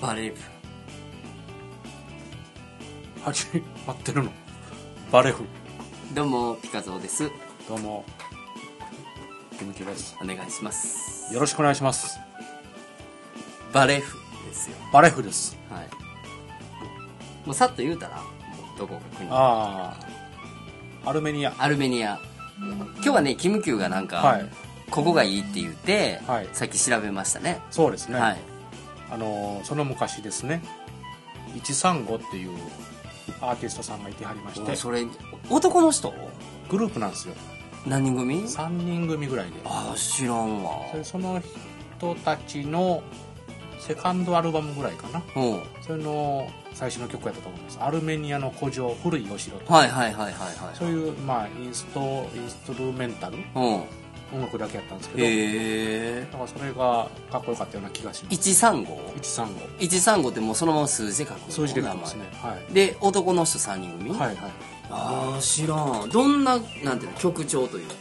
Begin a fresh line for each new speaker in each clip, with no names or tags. バレー部
あれ合ってるのバレフ
どうもピカゾーです
どうもキムキです
お願いします
よろしくお願いします
バレー部ですよ
バレフです
はいもうさっと言うたらもうどこか国
ああアルメニア
アルメニア今日はねキムキューがなんか、
はい
ここがいいって言って、
はい
さっき調べましたね
そうですね、
はい
あのーその昔ですね135っていうアーティストさんがいてはりまし
お
て
それ男の人
グループなんですよ
何人組
3人組ぐらいで
ああ知らんわ
それその人たちのセカンドアルバムぐらいかな
うん
それの最初の曲やったと思います「アルメニアの古城古いお城」と
はいはいはいはいはい
そういう、まあ、インストインストルメンタル
うん
音楽だけやったんですけど、
へえ
だからそれがかっこよかったような気がします
135?135
135
ってもうそのまま数字で書くの
数字で書きますねはい
名前で男の人3人組
はいはい
ああ知らんどんななんていうの曲調というか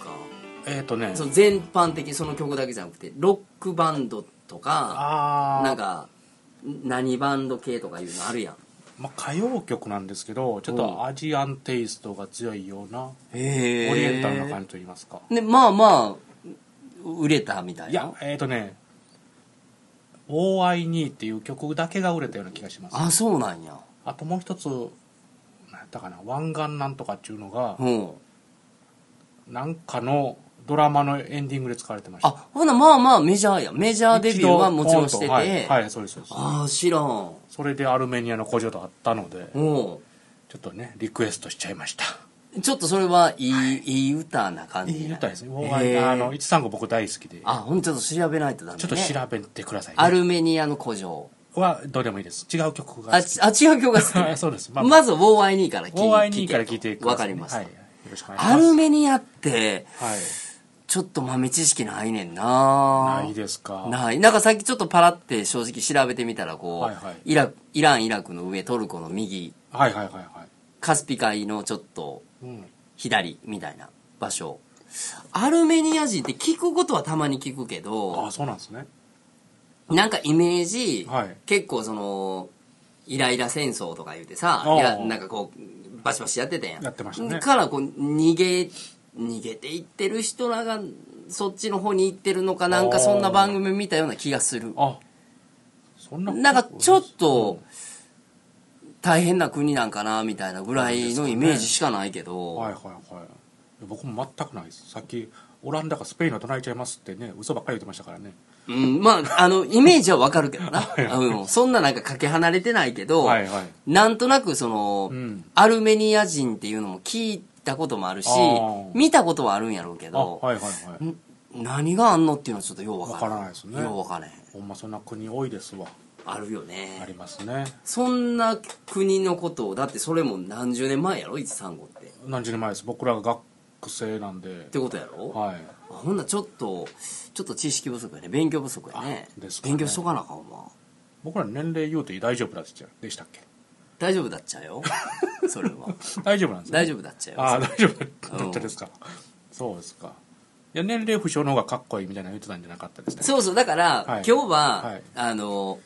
えっ、ー、とね
その全般的その曲だけじゃなくてロックバンドとか
あ
なん
あ、
か何バンド系とかいうのあるやん
まあ、歌謡曲なんですけどちょっとアジアンテイストが強いような
へ
オリエンタルな感じといいますか、
じでまあまあ売れたみたいない
やえっ、ー、とね「All I Need」っていう曲だけが売れたような気がしますあ
あそうなんや
ともう一つ何やったかな「湾岸なんとか」っていうのが
うん
なんかのドラマのエンディングで使われてました
あほなまあまあメジャーやメジャーデビューはもちろんしてて、
一度はい、はいそうですそうです
ああ知らん
それでアルメニアの古城とあったので
う
ちょっとねリクエストしちゃいました
んちょっとそれはいい,、い、い歌な感じ
いい歌ですね、
へえ
あの135僕大好きで
あほんとちょっと調べないとダメね
ちょっと調べてください、ね、
アルメニアの古城
はどうでもいいです違う曲が
あ
好き
ちあ 違う曲が好き
そうですま
ま
あ
ず「ウォーアイニー」から聞いて
OI2 から聞いてく
わ
ださ
か
いね、
りました、
はい、よろしくお願いします
アルメニアって
はい
ちょっと豆知識ないねんな
ないですか
ないなんかさっきちょっとパラって正直調べてみたらこう、
はいはい
イラクイランイラクの上トルコの右
はいはいはいは
カスピ海のちょっと
い、うん、
左みたいな場所アルメニア人って聞くことはたまに聞くけ
あ
ど
そうなんですね
なんかイメージ、
はい
結構そのイライラ戦争とか言うてさ
ああ
いやなんかこうバシバシやってたやん
やってましたね
からこう逃げ逃げていってる人らがそっちの方に行ってるのかなんか
ああ
そんな番組見たような気がする
あそんな
なんかちょっと大変な国なんかなみたいなぐらいのイメージしかないけど、
はいはいはい僕も全くないですさっきオランダかスペインが隣ちゃいますってね嘘ばっかり言ってましたからね
うん、まあ、あの、イメージはわかるけどな。うん、そんななんかかけ離れてないけど、
はいはい
なんとなくその、
うん
アルメニア人っていうのも聞いたこともあるし
あー、
見たことはあるんやろうけ
あ
ど、
はいはいはい
ん何があんのっていうのはちょっとようわからん。
わからないですね
ようわからへん。
ほんまそんな国多いですわ
あるよ
あり
ね。
ますね
そんな国のことを、だってそれも何十年前やろ ?135 って。っ
何十年前です僕らが学生なんで
てことやろ、
はい
あほんならちょっと、ちょっと知識不足やね。勉強不足やね。
あですかね
勉強しとかなあかんわ。
僕ら年齢言うて大丈夫だっちゃでしたっ け
大丈夫だっちゃう よ。それは。
大丈夫なんですね
大丈夫だっちゃうよ。
ああ大丈夫だったですかそうですかいや年齢不詳の方がかっこいいみたいなの言ってたんじゃなかったですね
そうそう、だから、
はい
今日は、
はい
あの、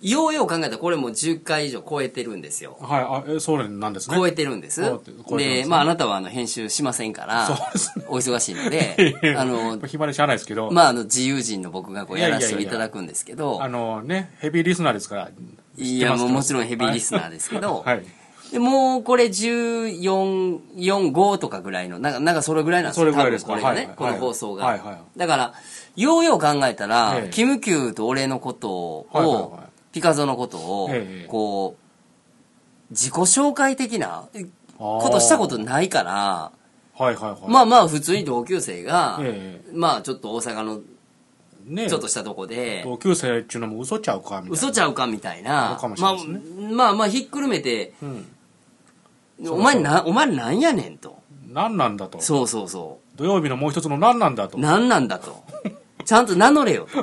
ようよう考えたらこれもう10回以上超えてるんですよ。
はいあえそうなんですね
超えてるんです。
超えて超えてますね
で、まああなたはあの編集しませんから
そうです、、
お忙しいので あの、
暇でしゃあないですけど
まああの自由人の僕がこう
いや
や
いやい
ら
や
せていただくんですけど
あ、のねヘビーリスナーですから
いやもうもちろんヘビーリスナー
で
ですけど、
はい
でもうこれ14、4、5とかぐらいの、なんか、なんかそれぐらいなんです
それ
よ。
ぐらいですか
多分これが
はいは
ね
い、
この放送
はいはい
が
は。
だから、ようよう考えたら
ええ、
キムキューと俺のこと
はいはい
を
はい、
ピカゾのことを
ええ、
こう、自己紹介的なこ
あー
としたことないから、
はいはいはい
まあまあ普通に同級生が
え、
まあちょっと大阪の
ね
ちょっとしたとこで、
同級生っちゅうのも嘘ちゃうかみたいな
嘘ちゃうかみたい
あ
な
るかも、しれ
ま
な
あ
いですね
まあまあひっくるめて、
うん
お前な、お前なんやねんと。
何なんだと
そうそうそう。
土曜日のもう一つの何なんだと
何なんだと。 ちゃんと名乗れよと。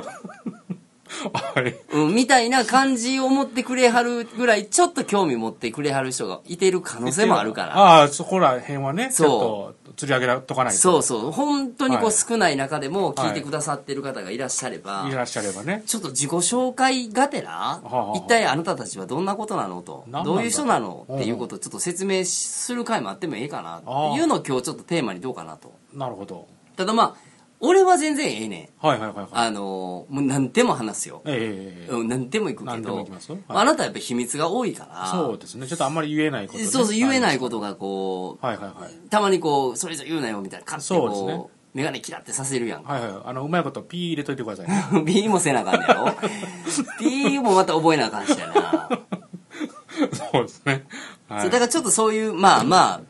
はい
うん、みたいな感じを持ってくれはるぐらい、ちょっと興味持ってくれはる人がいてる可能性もあるから。
ああそこら辺はね
そう
ちょっ釣り上げとかないと
そうそう本当にこ
は
う
い
少ない中でも聞いてくださってる方がいらっしゃれば、
いらっしゃればね
ちょっと自己紹介がてら、
あはあ
一体あなたたちはどんなことなのと
何なんだ
どういう人なのっていうことをちょっと説明する回もあってもいいかなっていうのを今日ちょっとテーマにどうかなと
なるほど
ただまあ俺は全然ええねん
はいはいはいはい
あのもう何でも話すよ、
ええええええ
うん、何でも行くけ
何でも
ど
行きますよはい
あなたはやっぱ秘密が多いから
そうですねちょっとあんまり言えないことね、
そうそう言えないこととがこう、
はいはいはい
たまにこうそれじゃ言うなよみたいな勝手に
そうですね
こう、眼鏡キラってさせるやん
はいはいあのうまいことピー入れといてくださいね
B もせなあかんねや ろ B もまた覚えなあかんしやな、
そうですねは
そうだからちょっとそういうまあまあ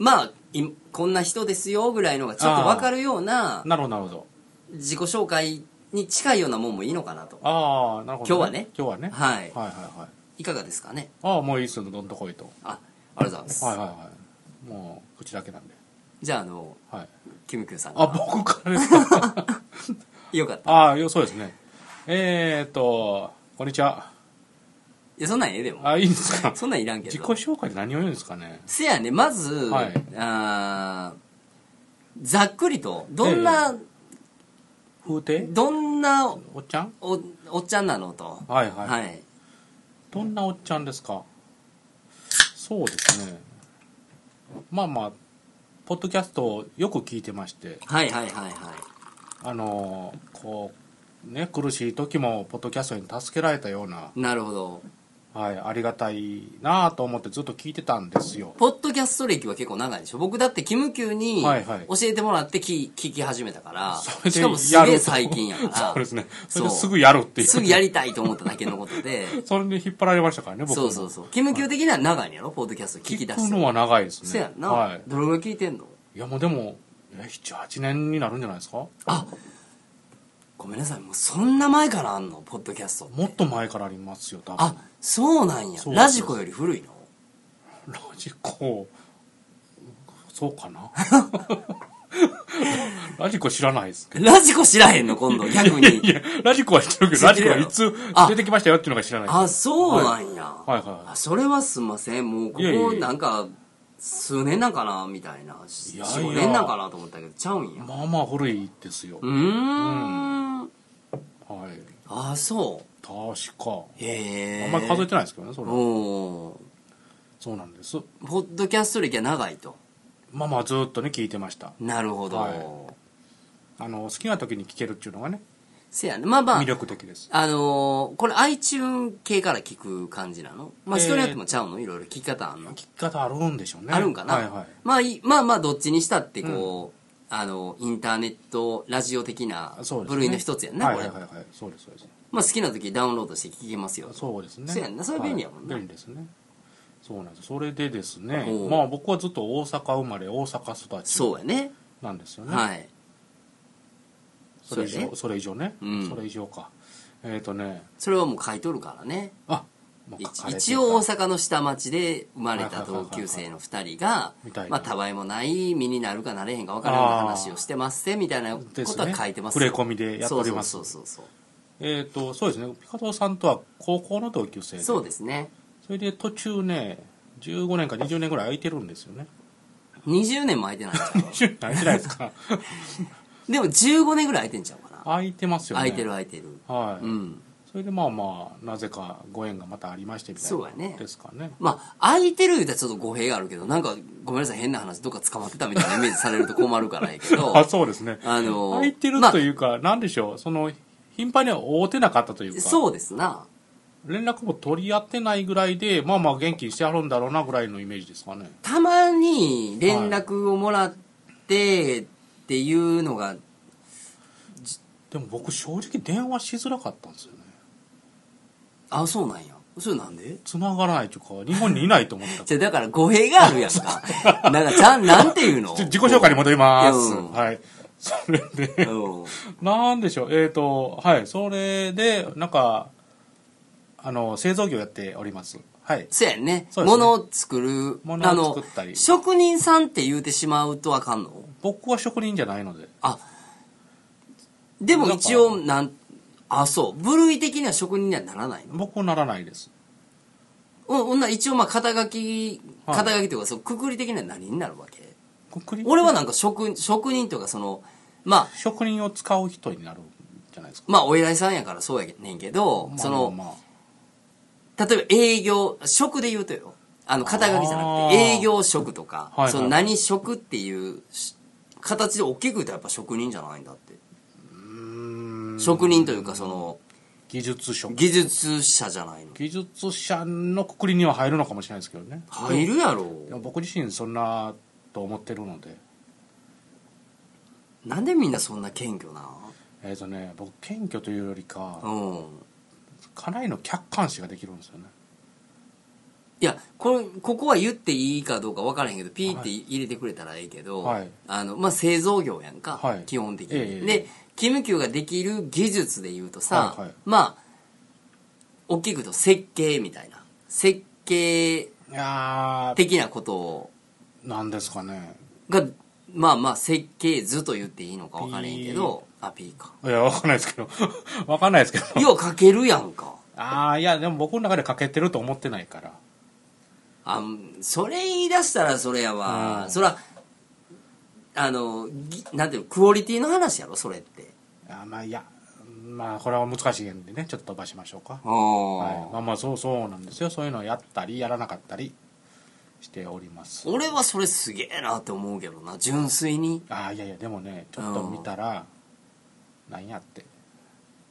まあいこんな人ですよぐらいのがちょっと分かるようない
なるほどなるほど
自己紹介に近いようなもんもいいのかなと
ああなるほど、
今日はね
今日はね、
はい
はいはいはい
いかがですかね
ああもういいっすよどんとこいと
あありがとうございます、
はいはいはいもう口だけなんで
じゃああの
はい
キムキュンさんが
あ僕からですか
よかった
ああよそうですねえー、っとこんにちはい
やそんなんええでも
あいいですか
そんなんいらんけ
自己
ど
紹介で何を言うんですかね
せやねまず、
はい
あーざっくりとどんな、
風亭
どんな
おっちゃん
おおっちゃんなのと
はいはい、
はい
どんなおっちゃんですかそうですねまあまあポッドキャストをよく聞いてまして
はいはいはいはい
あのーこうね苦しい時もポッドキャストに助けられたような、
なるほど
はい、ありがたいなぁと思ってずっと聞いてたんですよ
ポッドキャスト歴は結構長いでしょ僕だってキムキューに
はいは
教
い
えてもらって聞聞き始めたから、
それで
しかもす
や
げ
る
え
と
最近やから
そうですねそれ
そう
ですぐやるっていう
すぐやりたいと思っただけのことで
それで引っ張られましたからね 僕
そうそう
う
そうキムキュー的には長いんやろポッドキャスト聞き出
聞
し
く
て
のは長いですね
そうやんな、
はい、
どれぐらい聞いてんの
いやもうでも78年になるんじゃないですか
あごめんなさいもうそんな前からあんのポッドキャストって
もっと前からありますよ多分
あそうなんや
そう
ラジコより古いの
ラジコそうかな ラジコ知らないです
ラジコ知らへんの今度逆に
いやラジコは知ってるけど
知っ
ラ
て
ジ
るや
コは
ろ
いつ
あ
出てきましたよっていうのが知らない
あそうなんや、
はいは
あそれはすんませんもうこ
いやいや
こ
いや
なんか数年なんかなみたいなし
いやいや
45年なんかなと思ったけどちゃうん
い
や
まあまあ古いですよ、
うーん
はい
あそう
確か
へえ
あんまり数えてないですけどねそれは
おー
そうなんです
ポッドキャスト歴は長いと
まあまあずっとね聞いてました
なるほど、
はいあの好きな時に聞けるっていうのがね
せやねまあまあ
魅力的です
あのーこれ iTune 系から聞く感じなのまあ
えー
人によってもちゃうのいろいろ聞き方あんの
聞き方あるんでしょうね
あるんかな、
はいはい
まあいい、まあまあどっちにしたってこう、あのインターネットラジオ的な
そうですね
部類の一つやんな、
はい
こ
は
れ、
いはいはいそうですそうです
まあ、好きな時ダウンロードして聞けますよ
そうですね
そうやんなそれ便利やもんな
はい便利ですねそうなんですそれでですね
おう
まあ僕はずっと大阪生まれ大阪育ち
そうやね
なんですよね
はい
それ以
そうやね
上それ以上ね、
うん
それ以上かえっ、とね
それはもう書いとるからね
あもう
一
書かれてた
一応大阪の下町で生まれた同級生の2人が
みたいな
まあたわいもない身になるかなれへんか分からんような話をしてますぜみたいなこ
です
とは書いてます
ね、触れ込みでやっております
そうそうそう
えっ、とそうですねピカトさんとは高校の同級
そう
生で
そうですね
それで途中ね15年か20年ぐらい空いてるんですよね
20年も空いてないんちゃう
20年空いてないですか
でも15年ぐらい空いてんちゃうかな
空いてますよね
空いてる空いてる
はい、
うん
それでまあまあなぜかご縁がまたありましてみたい
そう
な
やね
ですかね
まあ空いてる言うたらちょっと語弊があるけどなんかごめんなさい変な話どっか捕まってたみたいなイメージされると困るからやけ ど
あそうですね
あの
空いてる
まあ
というか、なんでしょうその頻繁には会うてなかったというか
そうですな
連絡も取り合ってないぐらいでまあまあ元気にしてはるんだろうなぐらいのイメージですかね
たまに連絡をもらってっていうのが
でも僕正直電話しづらかったんですよね
あそうなんやそれなん で
繋がらないというか日本にいないと思っ た
じゃだから語弊があるやん かなんかちゃんなんていうの
ちょ自己紹介に戻ります、
うん
はいそれで
うん
なんでしょう、えっ、と、はい、それで、なんか、あの、製造業やっております。はい。
そうやんね
そうですね
物を作る
物を作った
あ
り
の職人さんって言うてしまうとあかんの
僕は職人じゃないので、
あでも一応なんあそう部類的には職人にはならないの
僕ならないです。
お女一応まあ肩書き
はい
肩書きというか、そうくくり的には何になるわけ
くくり
俺はなんか職職人というかそのまあ
職人を使う人になるんじゃないですか
まあお偉いさんやからそうやねんけど、
まあ
その、
まあまあ
例えば営業職で言うとよあの肩書きじゃなくて
あー
営業職とか、
はいはい
その何職っていうし形で大きく言うとやっぱ職人じゃないんだって、
うーん
職人というかその
技術職
技術者じゃないの
技術者のくくりには入るのかもしれないですけどね
入るやろ
でも僕自身そんなと思ってるので
なんでみんなそんな謙虚な
えっ、とね僕謙虚というよりか、
うん
かなりの客観視ができるんですよね
いやこれここは言っていいかどうか分からへんけどピーって入れてくれたらええけど、
はい
あのまあ、製造業やんか、
はい
基本的に、
ええ
でキムキューができる技術で言うとさ、
はいはい
まあ大きく言うと設計みたいな設計
いやー
的なことを
なんですかね
がまあまあ設計図と言っていいのか分からへんけどあピーか
いやわかんないですけど わかんないですけど
よう書けるやんか
ああいやでも僕の中で欠けてると思ってないから
あんそれ言い出したらそれやわ、
うん
そらあのぎなんていうのクオリティの話やろそれって
あーまあいやまあこれは難しいんでねちょっと飛ばしましょうか、
あ、
はい、まあまあそうそうなんですよそういうのをやったりやらなかったりしております
俺はそれすげえなって思うけどな純粋に
ああいやいやでもねちょっと見たらなんやって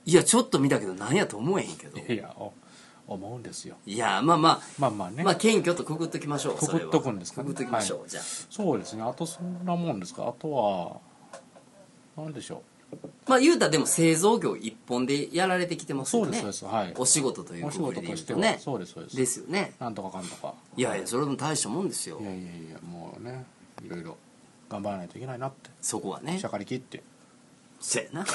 いやちょっと見たけど何やと思えへんけど
いやお思うんですよ
いやまあまあ、
まあまあね、
まあ謙虚とくぐっときましょうそれは
くぐっとくんですかね
くぐっときましょう、
はい
じゃあ
そうですねあとそんなもんですかあとはなんでしょ
まあ言うたらでも製造業一本でやられてきてま
う
す
そ
よ
うです
ね
そうですはい
お仕事という
お仕
くく
事
りで言
と
う
して
と
は、
ね
そうですそうです
ですよね
なんとかかんとか
いやいやそれでも大したもんですよ
いやいやいやもうねいろいろ頑張らないといけないなって
そこはね
しゃかりきって
そやな。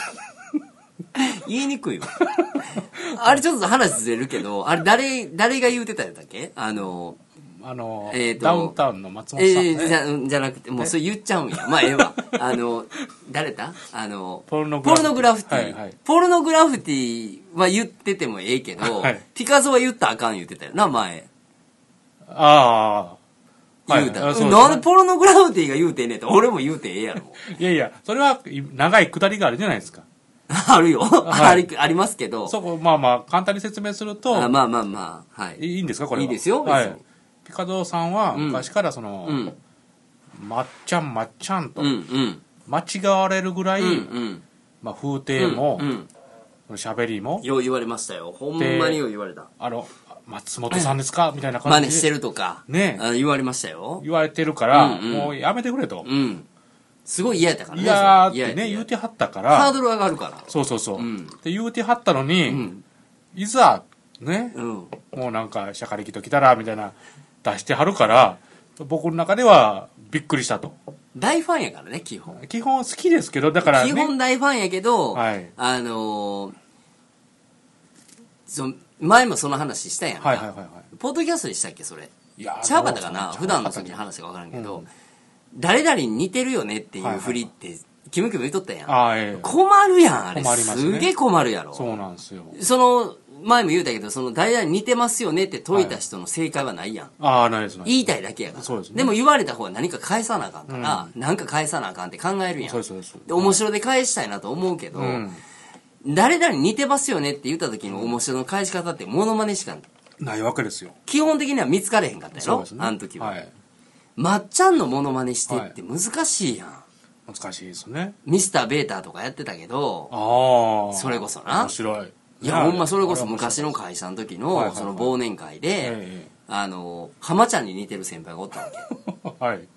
言いにくいわ。 あれちょっと話ずれるけど、あれ誰、誰が言うてたやったっけあの、
あの、
えーと
ダウンタウンの松
え
本さん、ね
ーじゃ、じゃなくて、もうそれ言っちゃうんや。まあ、ええ わ。あの、誰だあの、
ポルノグラフィティ
ティ。
はいはい
ポルノグラフィティは言っててもええけど、
はい
ピカソは言ったらあかん言ってたよな、前。
ああ、
言うたら、
あそうですね
なんでポルノグラフィティが言うてんねんって、俺も言う てええやろ。
いやいやそれはい長いくだりがあるじゃないですか
あるよ、
は
あ
い
り。ありますけど。
そこまあまあ簡単に説明すると
あまあまあまあ、はい。
いいんですかこれはい
いですよ
は
別
い
に、
ピカドーさんは
うん
昔からその、
うん。
まっちゃんまっちゃんと
うん、うん。
間違われるぐらい、
うん
まあ、風
う
景
ん、
も
うんうん、
喋、りも
よう言われましたよほんまによう言われた
あの松本さんですかみたいな
真
感
似して
じで
るとか
ねえ
あ言われましたよ
言われてるから、
うんうん
もうやめてくれと、
うんすごい嫌やったからね
いやーっ
それ
てね言うてはったか
ハー
ら
ドル上がるから
そうそうそう、
うん
って言うてはったのに、
うん
いざね
う、ん
もうなんかしゃかりきときたらみたいな出してはるから僕の中ではびっくりしたと
大ファンやからね基本、
基本好きですけどだから、ね、
基本大ファンやけど、
はい
あのーその前もその話したやんか、
はいはいはいは
ポッドキャストでしたっけそれ
いいやー
ちゃうかったかな
どう
普段の
ちゃう
時の話が分からんけど、
うん
誰々に似てるよねってい
はいは
う
い
ふりってキムキム言っとったやん、
ああええ
困るやんあれ
困ります
す
ね
げえ困るやろ
そうなんですよ
その前も言うたけどその誰々に似てますよねって解いた人の正解はないやん、
ああないですないです
言いたいだけやから
そうですね
も言われた方は何か返さなあかんから、何か返さなあかんって考えるやん
そうですそうです
で面白で返したいなと思うけど、
うん
誰々に似てますよねって言った時の面白の返し方ってモノマネしか
ないわけですよ
基本的には見つかれへんかったや
そう
ろ、
ですね
あの時は、
い
まっちゃんのモノマネしてって難しいやん、
難しいですね
ミスターベーターとかやってたけど
ああ
それこそな
面白い
いや、ほんまそれこそ昔の会社の時
はいはい
の、
はい
その忘年会で、
え
あの、浜ちゃんに似てる先輩がおったわ
え はい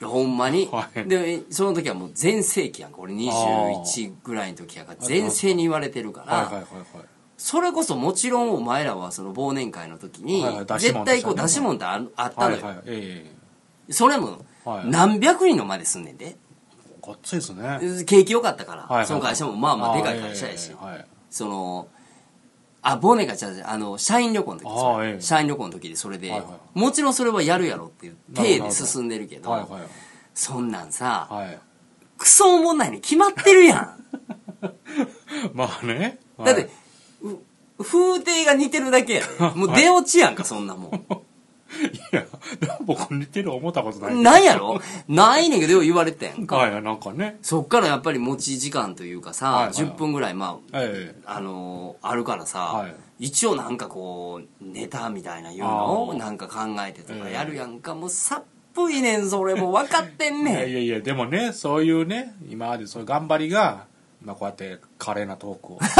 け。ほんまに
は。い
で、その時はもう全盛期やんか。俺21ぐらいの時やから、全盛に言われてるか
はいはいはい
ら、それこそもちろんお前らはその忘年会の時に
はいはい、出し
絶
物
対こう
出
出
し
し
物
物ってああった
はい
の
はいは
よ。
いえ
それも
は、い
何百人の前ですんねんで。
えごっついですねはい
景気良かったか
はいは
ら、
い
その会社もまあまあでかい会社やし
ええ。はい
そのあ忘年会じゃああの社員旅行の時それ
あーええ
社員旅行の時でそれで、
はいは
もちろんそれはやるやろっていう
なるほど
体で進んでるけど
はいはい
そんなんさ、
はい
クソおもんないに決まって るや
まあね
ん
は
だ
い
って、う風景が似てるだけやでもう出落ちやんかそんなもん
いや、ランボ君似てる思ったことない。
なんやろないねんけどよう言われてんか。
はいはい、なんかね。
そっからやっぱり持ち時間というかさ、
はいはい
10分ぐらい、まあ、
え
あのーあるからさ、
はい
一応なんかこう、ネタみたいな言うのを
あー
なんか考えてとか
ええ
やるやんか、もうさっぷいねん、それもう分かってん
え。い
ね
や
ん
い。やいや、でもね、そういうね、今までそういう頑張りが、今こうやって華麗な トークを。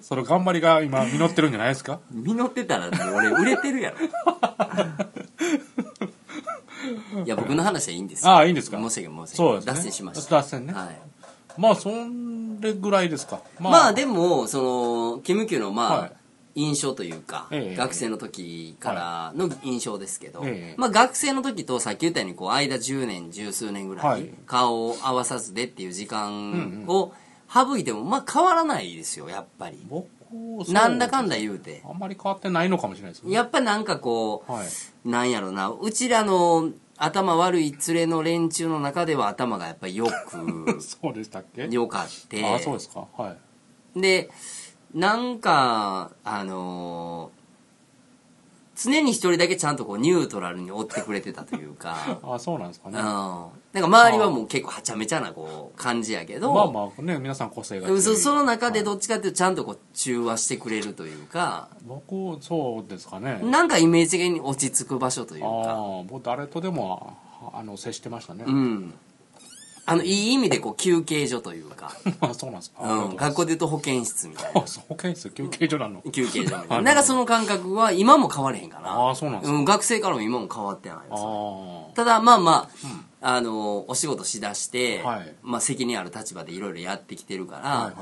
その頑張りが今実ってるんじゃないですか
実ってたらもう俺売れてるや ろいや僕の話はいいんですよ
ああ、いいんですか
申し訳ない申し
そう
訳
で
ない脱
すね。
線しました
脱線ね。
はい
まあ、そんれぐらいですか。
まあ、でもそのキムキュのまあ、
はい
印象というか、
ええ
学生の時からの印象ですけど、
ええ
まあ、学生の時とさっき言ったようにこう間10年十数年ぐら
はいい
顔を合わさずでっていう時間
ん
を省いてもまあ変わらないですよやっぱり
僕、そう
なんだかんだ言うて
あんまり変わってないのかもしれないですけど
やっぱなんかこう、
はい。、
なんやろな、うちらの頭悪い連れの連中の中では頭がやっぱりよく
そうでしたっけ
よかって。
ああ、そうですか。はい。、
で、なんか、あのー常に一人だけちゃんとこうニュートラルに追ってくれてたというか
ああ、そうなんですか
うん。
ね。
なんか周りはもう結構はちゃめちゃなこう感じやけど、
まあまあね、皆さん個性が強い
そその中でどっちかっていうとちゃんとこう中和してくれるというか、
僕、そうですかね。
なんかイメージ的に落ち着く場所という
あ
か、
あ、僕、誰とでも、ああの、接してましたね。
うん。あの、いい意味でこう、休憩所というか、
ま あ、そうなんですか。
うん、学校で言うと保健室みたい
あ、そう、ケース、休憩所なの
な。。休憩所みたい
あ
な。なんかその感覚は今も変われへんかな。
ああ、そうなんです
うん、学生からも今も変わってない
か。
です。
あ
ただ、まあまあ、あの、お仕事しだして、
はい
まあ責任ある立場でいろいろやってきてるか
あ。はい
ら、
はい。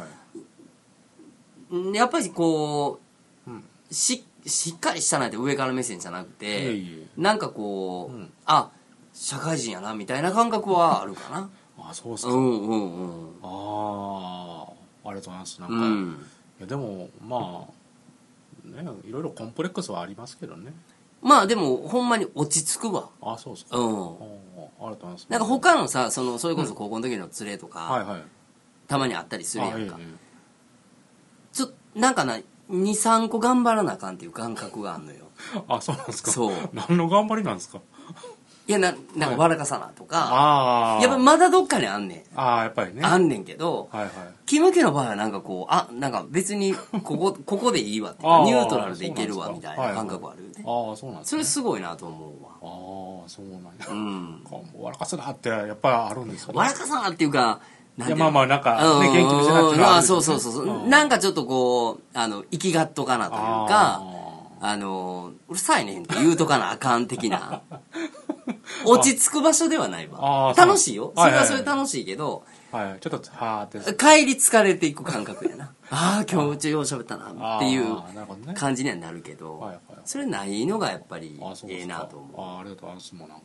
うんやっぱりこう、
うん
し、しっかりしたなんて上から目線じゃなく
いえ
て、
い
なんかこう、
ん
あ、社会人やな、みたいな感覚はあるかな。
ああ、 そうです
う
か。
んうんうん。
ああ、ありがとうございます。なんか、
うん。
いやでもまあねいろいろコンプレックスはありますけどね
まあでもほんまに落ち着くわ
あそうですか、
う
あ
ん
あありがとうございます
なんか他のさそのそれこそ高校の時の連れとか、
はいはい
たまにあったりするや
あえ
ん
え
か、
え
ちょっとなんかな23個頑張らなあかんっていう感覚があんのよ
えあそうなんですか
そう
何の頑張りなんですか
いやななんか笑かさなとか、
ああ
やっぱまだどっかにあんねん、
ああやっぱりね
あ
はい
んねんけど、
はい
キム家の場合はなんかこうあなんか別にここここでいいわっていう
あ
か
ー
ニュートラルでいけるわ
そう
み
なんです
た
か
いな感覚あるよね、
ああそうなんです
そ
ね
れすごいなと思うわ
ああそうなんや、
う
なん
ん
かもう笑かせなってやっぱあるんですよね
笑かさなっていうかなんていうの
いやまあまあなんかね
うん
元気見せなっていうのは
あ
あ
あ
るけ
そ
ど
う
ね
そうそうそう、
うん
なんかちょっとこうあの生きがっとかなというかあ
あ
のうるさいねんって言うとかなあかん的 な落ち着く場所ではないわ
あそう
楽しいよそ
はい
れ
はい
は
は
そ
い
れ楽しいけど、
あはいちょっとはあって
帰り疲れていく感覚やなああ今日うちよう喋ったなっていう
ああなるほどね
感じにはなるけ
はい
ど
はい
それないのがやっぱり
あそうで
え
す
え
か
なと思
あありがとうございますもうなんか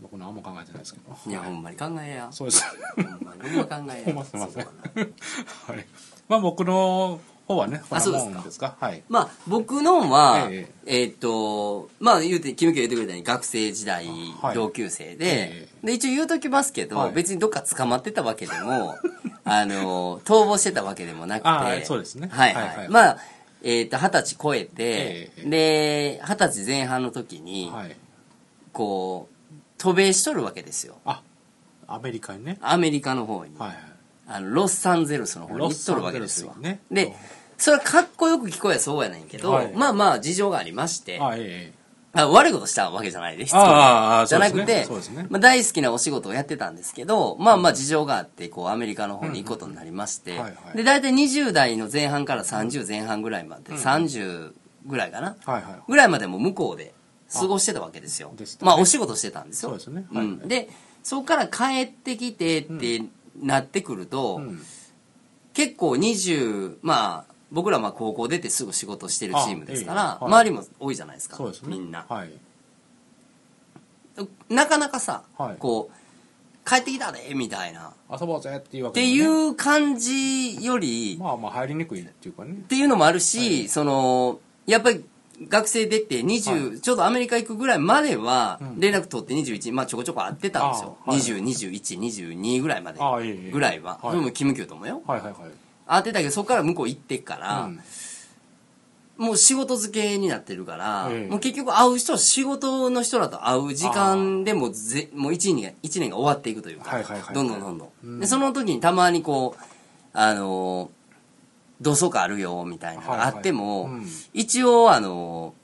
僕何も考えてないですけど
ういやほんまに考えや
そうです
ほんまにほんま考え
ほ
や
ん ますいません。
そうかな
はい。まあ僕の方はね、こんなもんですか。はい。
まあ、僕のは、え
え
ーっと、まあ、言うて、キムキが言ってくれたように、学生時代
は、い
同級生で、
え
で、一応言うときますけど、
はい
別にどっか捕まってたわけで も、あの、逃亡してたわけでもなく
あー
て、
そうですね
はい、はい、
はいはい
まあ、えーっと、二十歳超えて
え、え
で、二十歳前半の時に、
はい。
こう、渡米しとるわけですよ。
あ、アメリカにね。
アメリカの方に。
はいはい。
あのロサンゼルスの方に行っとるわけですわ
ロサンゼルスにね
でそれはかっこよく聞こえはそうやねんけど、
はい
まあまあ事情がありまして
あ、ええ。
あ悪いことしたわけじゃないです
ああああ
じゃなくて
そうですねそうですね
まあ、大好きなお仕事をやってたんですけどまあまあ事情があってこうアメリカの方に行くことになりまして、
うんうんはいはい
で大体20代の前半から30前半ぐらいまで、30ぐらいかな、
はいはい。
ぐらいまでも向こうで過ごしてたわけですよ
あでしたね
まあお仕事してたんですよ
そうですね
う
はい
ん、でそこから帰ってきてってなってくると、
うん。
結構20まあ僕らまあ高校出てすぐ仕事してるチームですから、
あええはい
周りも多いじゃないですか
そうですね。
みんな、
はい。
なかなかさ、
はい
こう帰ってきたでみたいなっ
遊ぼうぜっていうわけ
て
に
い
もね。
う感じより、
まあまあ入りにくいっていうかね
っ。ていうのもあるし、そのやっぱり学生出て20、ちょうどアメリカ行くぐらいまでは
うん
連絡取って21、まあ、ちょこちょこ会ってたんですよ、
ああはい
202122ぐらいまで
ああいえいえ
ぐらいは、
はい
でもキムキューともよ
はいはいはい。
会ってたけどそこから向こう行ってから、
うん
もう仕事付けになってるから、
うん
もう結局会う人は仕事の人らと会う時間でもうぜもう1年が一年が終わっていくというか、
はいはいはい
どんどんどんどん、
うん
でその時にたまにこうあのー同窓会あるよみたいなのがあっても、
はいはいうん
一応あのー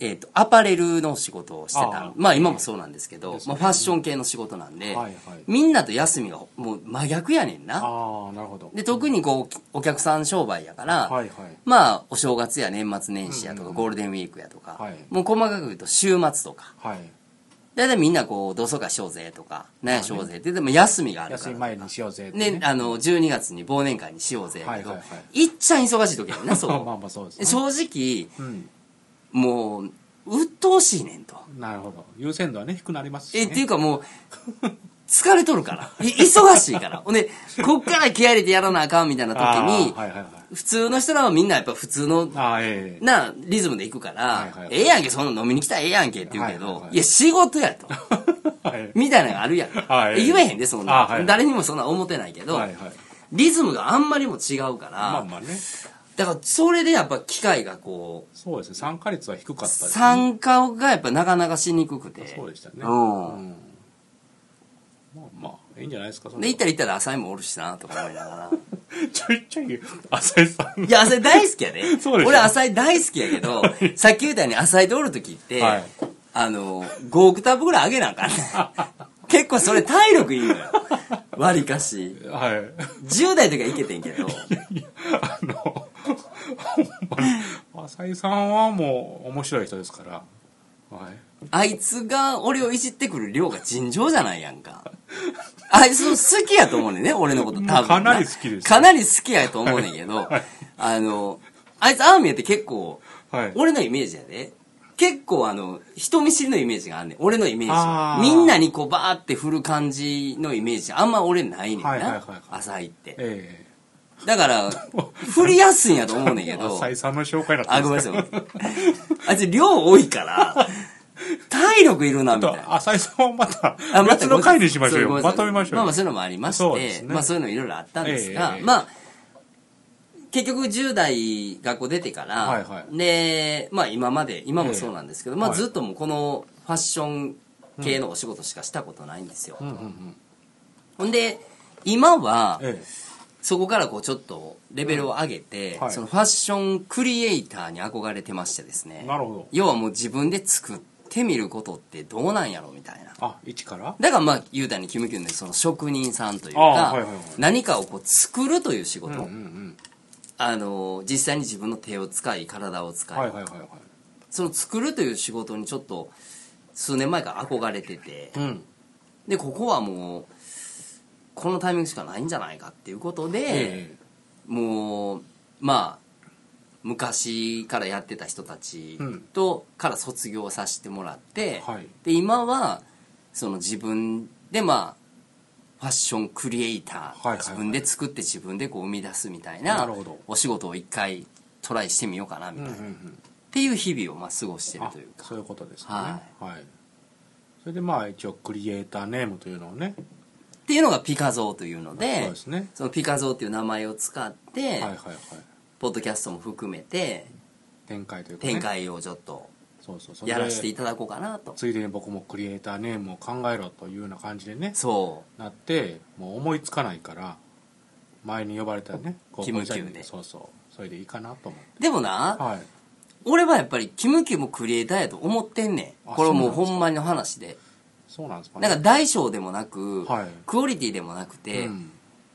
えっ、とアパレルの仕事をしてた
あー
まあ今もそうなんですけど
ですね
まあ、ファッション系の仕事なんで、
はいはい
みんなと休みがもう真逆やねんな
ああなるほど
で、特にこう、お客さん商売やから、
はいはい
まあ、お正月や年末年始やと
うん
か、
うんうん
ゴールデンウィークやとか、
はい
もう細かく言うと週末とか、
はい
だいたいみんなこう、同窓会しようぜとか、何やしようぜって、でも休みがあるか
休
ら。
み前にしようぜって
ね、あの、12月に忘年会にしようぜやけど、
はい
い
はいは
っちゃん忙しい時やねん な、そ
まあまあ
こ。
まあそうですね
正直、
うん
もう、鬱陶しいねんと。
なるほど優先度はね低くなりますし、ね、
え、っていうかもう、疲れとる から。い忙しいから。ほんで、こっから気合入れてやらなあかんみたいな時に、
あーはいはいはい
普通の人らはみんなやっぱ普通の
あ あええ
なリズムで行くから、
はいはい
ええやんけそんな飲みに来たらええやんけって言うけど、
は
い
いはいはい
や仕事や と
はい
みたいなのがあるやん、
はいはい
言えへんでそんな、
あはい
誰にもそんな思ってないけど、
はいはい
リズムがあんまりも違うから、
まあまあね
だからそれでやっぱ機会がこう
そうですね参加率は低かったですね
参加がやっぱなかなかしにくくて
そうでしたね
うん
んまあまあいいんじゃないですかそれは
で行ったら行ったら浅井もおるしなとか思いながら
ちょいちょい浅井さんの
いや浅井大好きやで
そうでしょ
俺浅井大好きやけどさっき言ったように浅井とおる時って、
はい
あの5オクターブぐらい上げなあかんね ん結構それ体力いいのよわりかし
はい
10代とかいけてんけど
あのほんまに浅井さんはもう面白い人ですからはい
あいつが俺をいじってくる量が尋常じゃないやんかあいつ好きやと思うねんね俺のこと多分
かなり好きです
かなり好きやと思うねんけ どあのあいつああ見えて結構
はい
俺のイメージやで結構あの人見知りのイメージがあんねん俺のイメージ
あ
は
ー
みんなにこうバーって振る感じのイメージあんま俺ないねんな、
はいはいはいはい
浅いって
え
だから振りやすいんやと思うねん
え
け ど
浅井さんの紹介だった
あごめんなさい ごめんなさいあいつ量多いから体力いるなみたい
ちょっと
な
浅井さんをまた
あまた
別の回にしましょうよ
そごめんな
ま
さ
と
い
めましょう
まあ
よ
まあそういうのもありまし
そうです
て、
ね
まあそういうのいろいろあったんですが、
ええ
まあ結局10代学校出てから、
はいは
でまあ今まで今もそうなんですけど、まあ
はい
ずっともうこのファッション系のお仕事しかしたことないんですよ、
うんうんうん
ほんで今は
え
そこからこうちょっとレベルを上げて、
うんはい
そのファッションクリエイターに憧れてましてですね
えなるほど
要はもう自分で作ってみることってどうなんやろみたいな
あ一から
だからまあ雄太にキムキュンでその職人さんというか、
あーはいはいはい
何かをこう作るという仕
うん
事、
うんうん
あのー実際に自分の手を使い体を使い、
はいはいはいはい
その作るという仕事にちょっと数年前から憧れてて
うん
でここはもうこのタイミングしかないんじゃないかっていうことで、
え
もうまあ昔からやってた人たちと、から卒業させてもらって、
えはい
で今はその自分でまあファッションクリエイタ
はいは
ー
いはい
自分で作って自分でこう生み出すみたい
な
な
るほど
お仕事を一回トライしてみようかなみ
う
た
ん
い
うん
な
う
っ
ん
ていう日々をまあ過ごしてる
あ
というか
そういうことですね
は
はいそれでまあ一応クリエイターネームというのをね
っていうのがピカゾーというの
そう
で
ですね
そのピカゾーっていう名前を使って
はいはいはい
ポッドキャストも含めて
展開というかね
展開をちょっと
そうそうそれで
やらせていただこうかなと
ついでに僕もクリエイターネームを考えろというような感じでね
そ
なってもう思いつかないから前に呼ばれたねこう
キムキュンで
こちらにそうそうそれでいいかなと思
うでもな
うはい
俺はやっぱりキムキムクリエイターやと思ってんねん
あ
これもう
そうなんですか
ほんまにの話で
そうなんですかね
なんか大小でもなく、
はい
クオリティでもなくて、
うん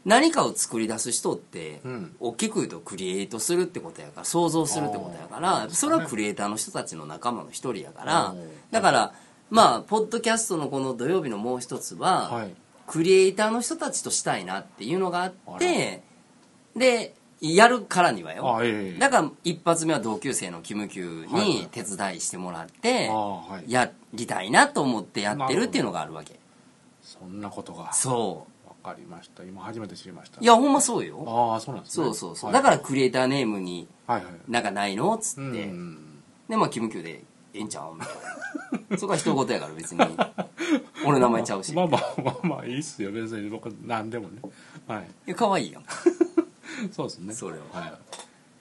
何かを作り出す人って、
うん
大きく言うとクリエイトするってことやから想像するってことやから
あー
やっぱそれはクリエイターの人たちの仲間の一人やから
おー
だからまあポッドキャストのこの土曜日のもう一つは、
はい
クリエイターの人たちとしたいなっていうのがあっ
あ
てでやるからにはよ
あええ
だから一発目は同級生のキムキュー
はいはい
に手伝いしてもらって、
ああはい
やりたいなと思ってやってるっていうのがあるわけ
そんなことがわ
そ
かりました今初めて知りました
ういやほんまそうよ
ああそうなんですね
そうそうそう、だかららクリエイターネームに
はいはい
なんかないのっつって、
うんうん
でまあキムキューでええんちゃうみたいなそこは一言やから別 に俺の名前ちゃうし
まあまあまあまあいいっすよ別に僕何でもねはい
いや可愛いやん
そうですね
それは
は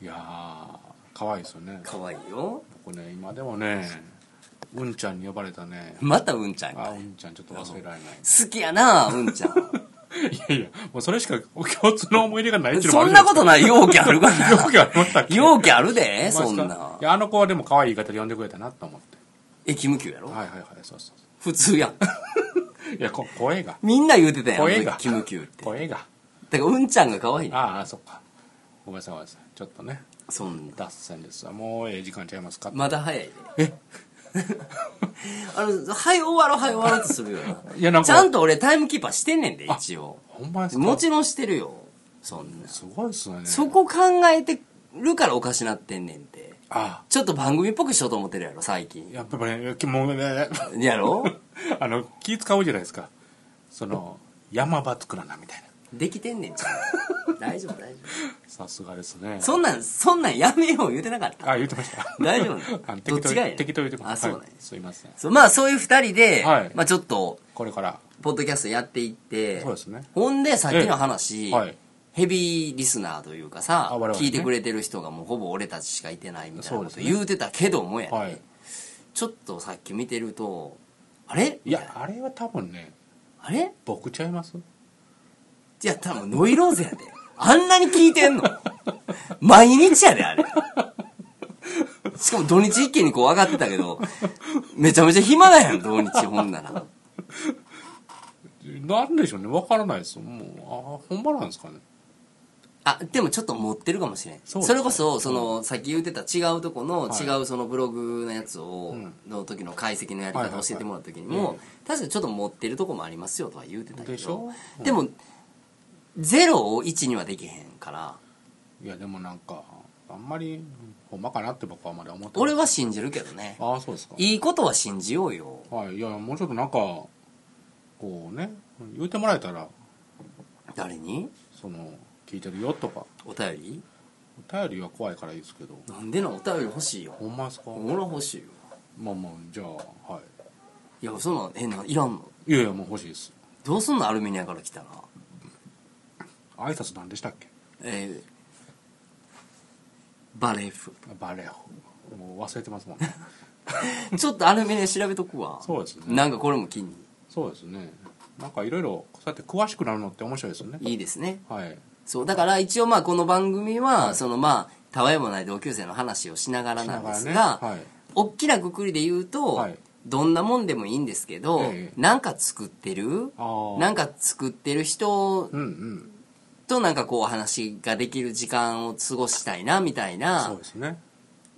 いいやー可愛いですよね
可愛いよ。
僕ね今でもねうんちゃんに呼ばれたね
またうんちゃん
あ
か
う。んちゃんちょっと忘れられない
好きやなうんちゃん。
いやいやもうそれしか共通の思い出がないっていうのも
そ
ある
ん
じゃ
なことない容器あるか
ないです
な
かよくありましたっけ
容器あるで、
ほ
そん
んまですか。
ない
やあの子はでも可愛い言い方で呼んでくれたなと思って
え、キムキューやろ
はいはいはいそうそうそ
普通やん。
ういやこ声が
みんな言うてたやん。
声が
キムキューって。だか
声が
らうんちゃんが可愛い。
ああそっかごめんなさいごめんなさいちょっとね
そんな。
脱線ですわもうええ時間ちゃいますか、
まだ早いで。 あの、はい終わろう、はい終わろうとするよ
いやなん
な。
か
ちゃんと俺タイムキーパーしてんねんで、一応。
ほんまですか
もちろんしてるよ。そんな。
すごいっすね
そこ考えてるからおかしなってんねんて。
あ
ちょっと番組っぽくしようと思ってるやろ、最
あ
近。
やっぱりねきもうね
やろ
あの気使うじゃないですかその山場作らなみたいな
できてんねん ちゃんと。大丈夫、大丈
さすがですね
夫。そんなん、そんなんやめよう言うてなかった。
あ言ってました
大丈夫 ど
あ
っ
適
ち
当に
がやねん
適当に言ってま
あ、
す
そう
はい
なんや
すいません
そうまあそういう二人で、
はい
まあちょっと、
これから
ポッドキャストやっていって、
そうですね
ほんでさっきの話、
ええはい
ヘビーリスナーというかさ、
あ我々ね
聞いてくれてる人がもうほぼ俺たちしかいてないみたいなこ
そう
と
ですね
言うてたけどもやね、
はい
ちょっとさっき見てると、あれ
いやあれは多分ね
あれ
僕ちゃいます
いや、多分ノイローゼやで。あんなに聞いてんの 毎日やで、あれ。しかも土日一気にこう上がってたけど、めちゃめちゃ暇だやん、土日ほんなら。
なんでしょうねわからないですもうあほんまなんですかね
あ、でもちょっと持ってるかもしれん。
そ
そうれこそ、その、さっき言ってた違うとこの、
はい
違うそのブログのやつを
ん、
の時の解析のやり
は
方
いはいはい
教えてもらった時に
う
も
ん、
確かにちょっと持ってるとこもありますよとは言うてたけ
でしょ
ど、でも、0を1にはできへんから、
いやでもなんかあんまりほんまかなって僕はあまり思ってない
俺は信じるけどね。
ああそうですか
いいことは信じようよ。
はいいやもうちょっとなんかこうね言うてもらえたら
誰に
その聞いてるよとか
お便り
お便りは怖いからいいですけど
なんでな、お便り欲しいよ。
ほんまですか
俺は欲しいよ。
まあまあじゃあはい
や、そんなん、え、な、いらんの
いいやいやもう欲しいです
どうすんのアルメニアから来たら。
挨拶なんでしたっけ
えーバレーフ。
バレーもう忘れてます もんね
ちょっとアルメニア調べとくわ。
そうですね
なんかこれも気に。
そうですねなんかいろいろそうやって詳しくなるのって面白いですよね
いいですね。
はい
そう、だから一応まあこの番組は、そのまあ、たわいもない同級生の話をしながらなんです
しなが
が、
らねはい
大きなくくりで言うと、
はい
どんなもんでもいいんですけど、
ええ
なんか作ってる
あー
なんか作ってる人
うんうん
となんかこう話ができる時間を過ごしたいなみたい
そう
な
ですね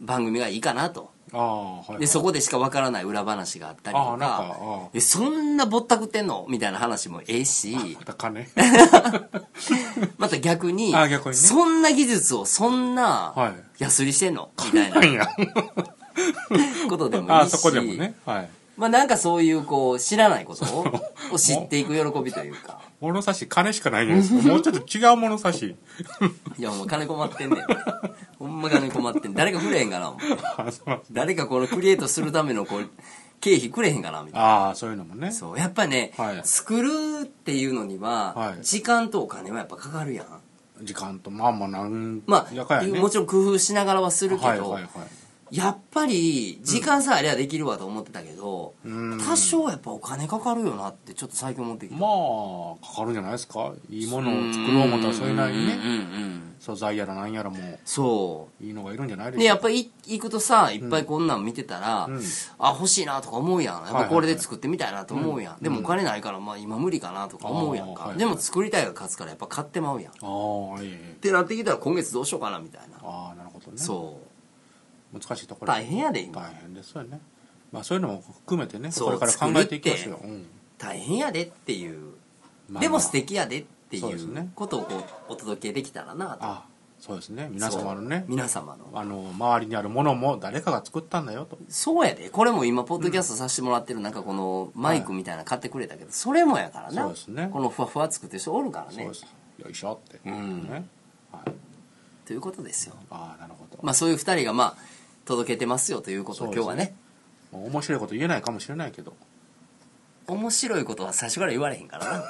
番組がいいかなと
ああはいはい
でそこでしかわからない裏話があったり
あ
と
ーなんかあー
かえそんなぼったくってんのみたいな話もええし
また 金
また逆に
あー逆にね
そんな技術をそん
は
ないやすりしてんのみたい
な
なん
や
ことでも
あ
い
あ
い
そこでも
し
ねはい
まあなんかそういうこう知らないこと を知っていく喜びというか
物差し金しかないじゃないですかもうちょっと違う物 差し
いやもう金困ってんねんほんま金困ってん誰か触れへんかな思って
あそうなんです
誰かこのクリエイトするためのこう経費くれへんかなみたい
ああそういうのもね
なそうやっぱね、
はい
作るっていうのに
は
はい時間とお金はやっぱかかるやん
時間とまあまあなん
まあ、
やかやね
もちろん工夫しながらはするけど、
はいはいはい
やっぱり時間さえあればできるわと思ってたけど、
うん
多少はやっぱお金かかるよなってちょっと最近思ってきた、
まあかかるんじゃないですかいいものを作ろう思ったらそれなり
う
に
んう
ね
んうん
素材やらなんやらも
そ
いいのがいるんじゃないうで
で
しょ
や
う
っ
か
ぱり行くとさいっぱいこんなん見てたら、
うん
あ欲しいなとか思うやんやっぱこれで作ってみたいなと思うやん、でもお金ないからまあ今無理かなとか思うやん
あー
か、
はい
でも作りたいが勝つからやっぱ買ってまうやんっ
ああいえいえ
てなってきたら今月どうしようかなみたいな、
ああなるほどね
そう
難しいところ
大変やで今
大変ですよねまあそういうのも含めてね
そう
これから考えていきましょうようん
う大変やでっていう、
まあ
でも素敵やでってい
そうですね
うことをこうお届けできたらなと
あそうですね皆様のね
そう皆様の
あの周りにあるものも誰かが作ったんだよと
そうやでこれも今ポッドキャストさせてもらってるなんかこのマイクみたいなの買ってくれたけど、それもやからな
そうですね
このふわふわ作ってる人おるから
そう
ね
ですよいしょって
うん
ねはい
ということですよ
ああなるほど
まあそういう二人がまあ届けてますよということを
そうです
今
ね
日はね
もう面白いこと言えないかもしれないけど
面白いことは最初から言われへんからな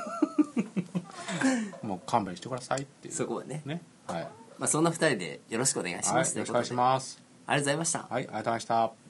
もう勘弁してくださいっていう
そこはね
ねはい
まあ、そんな二人でよろしくお願いし
はい、
ま
よ
す。
ろし
とい
くお
う
願
こ
い
と
し
で
ます。
ありがとうございました。
はい、ありがとうございました。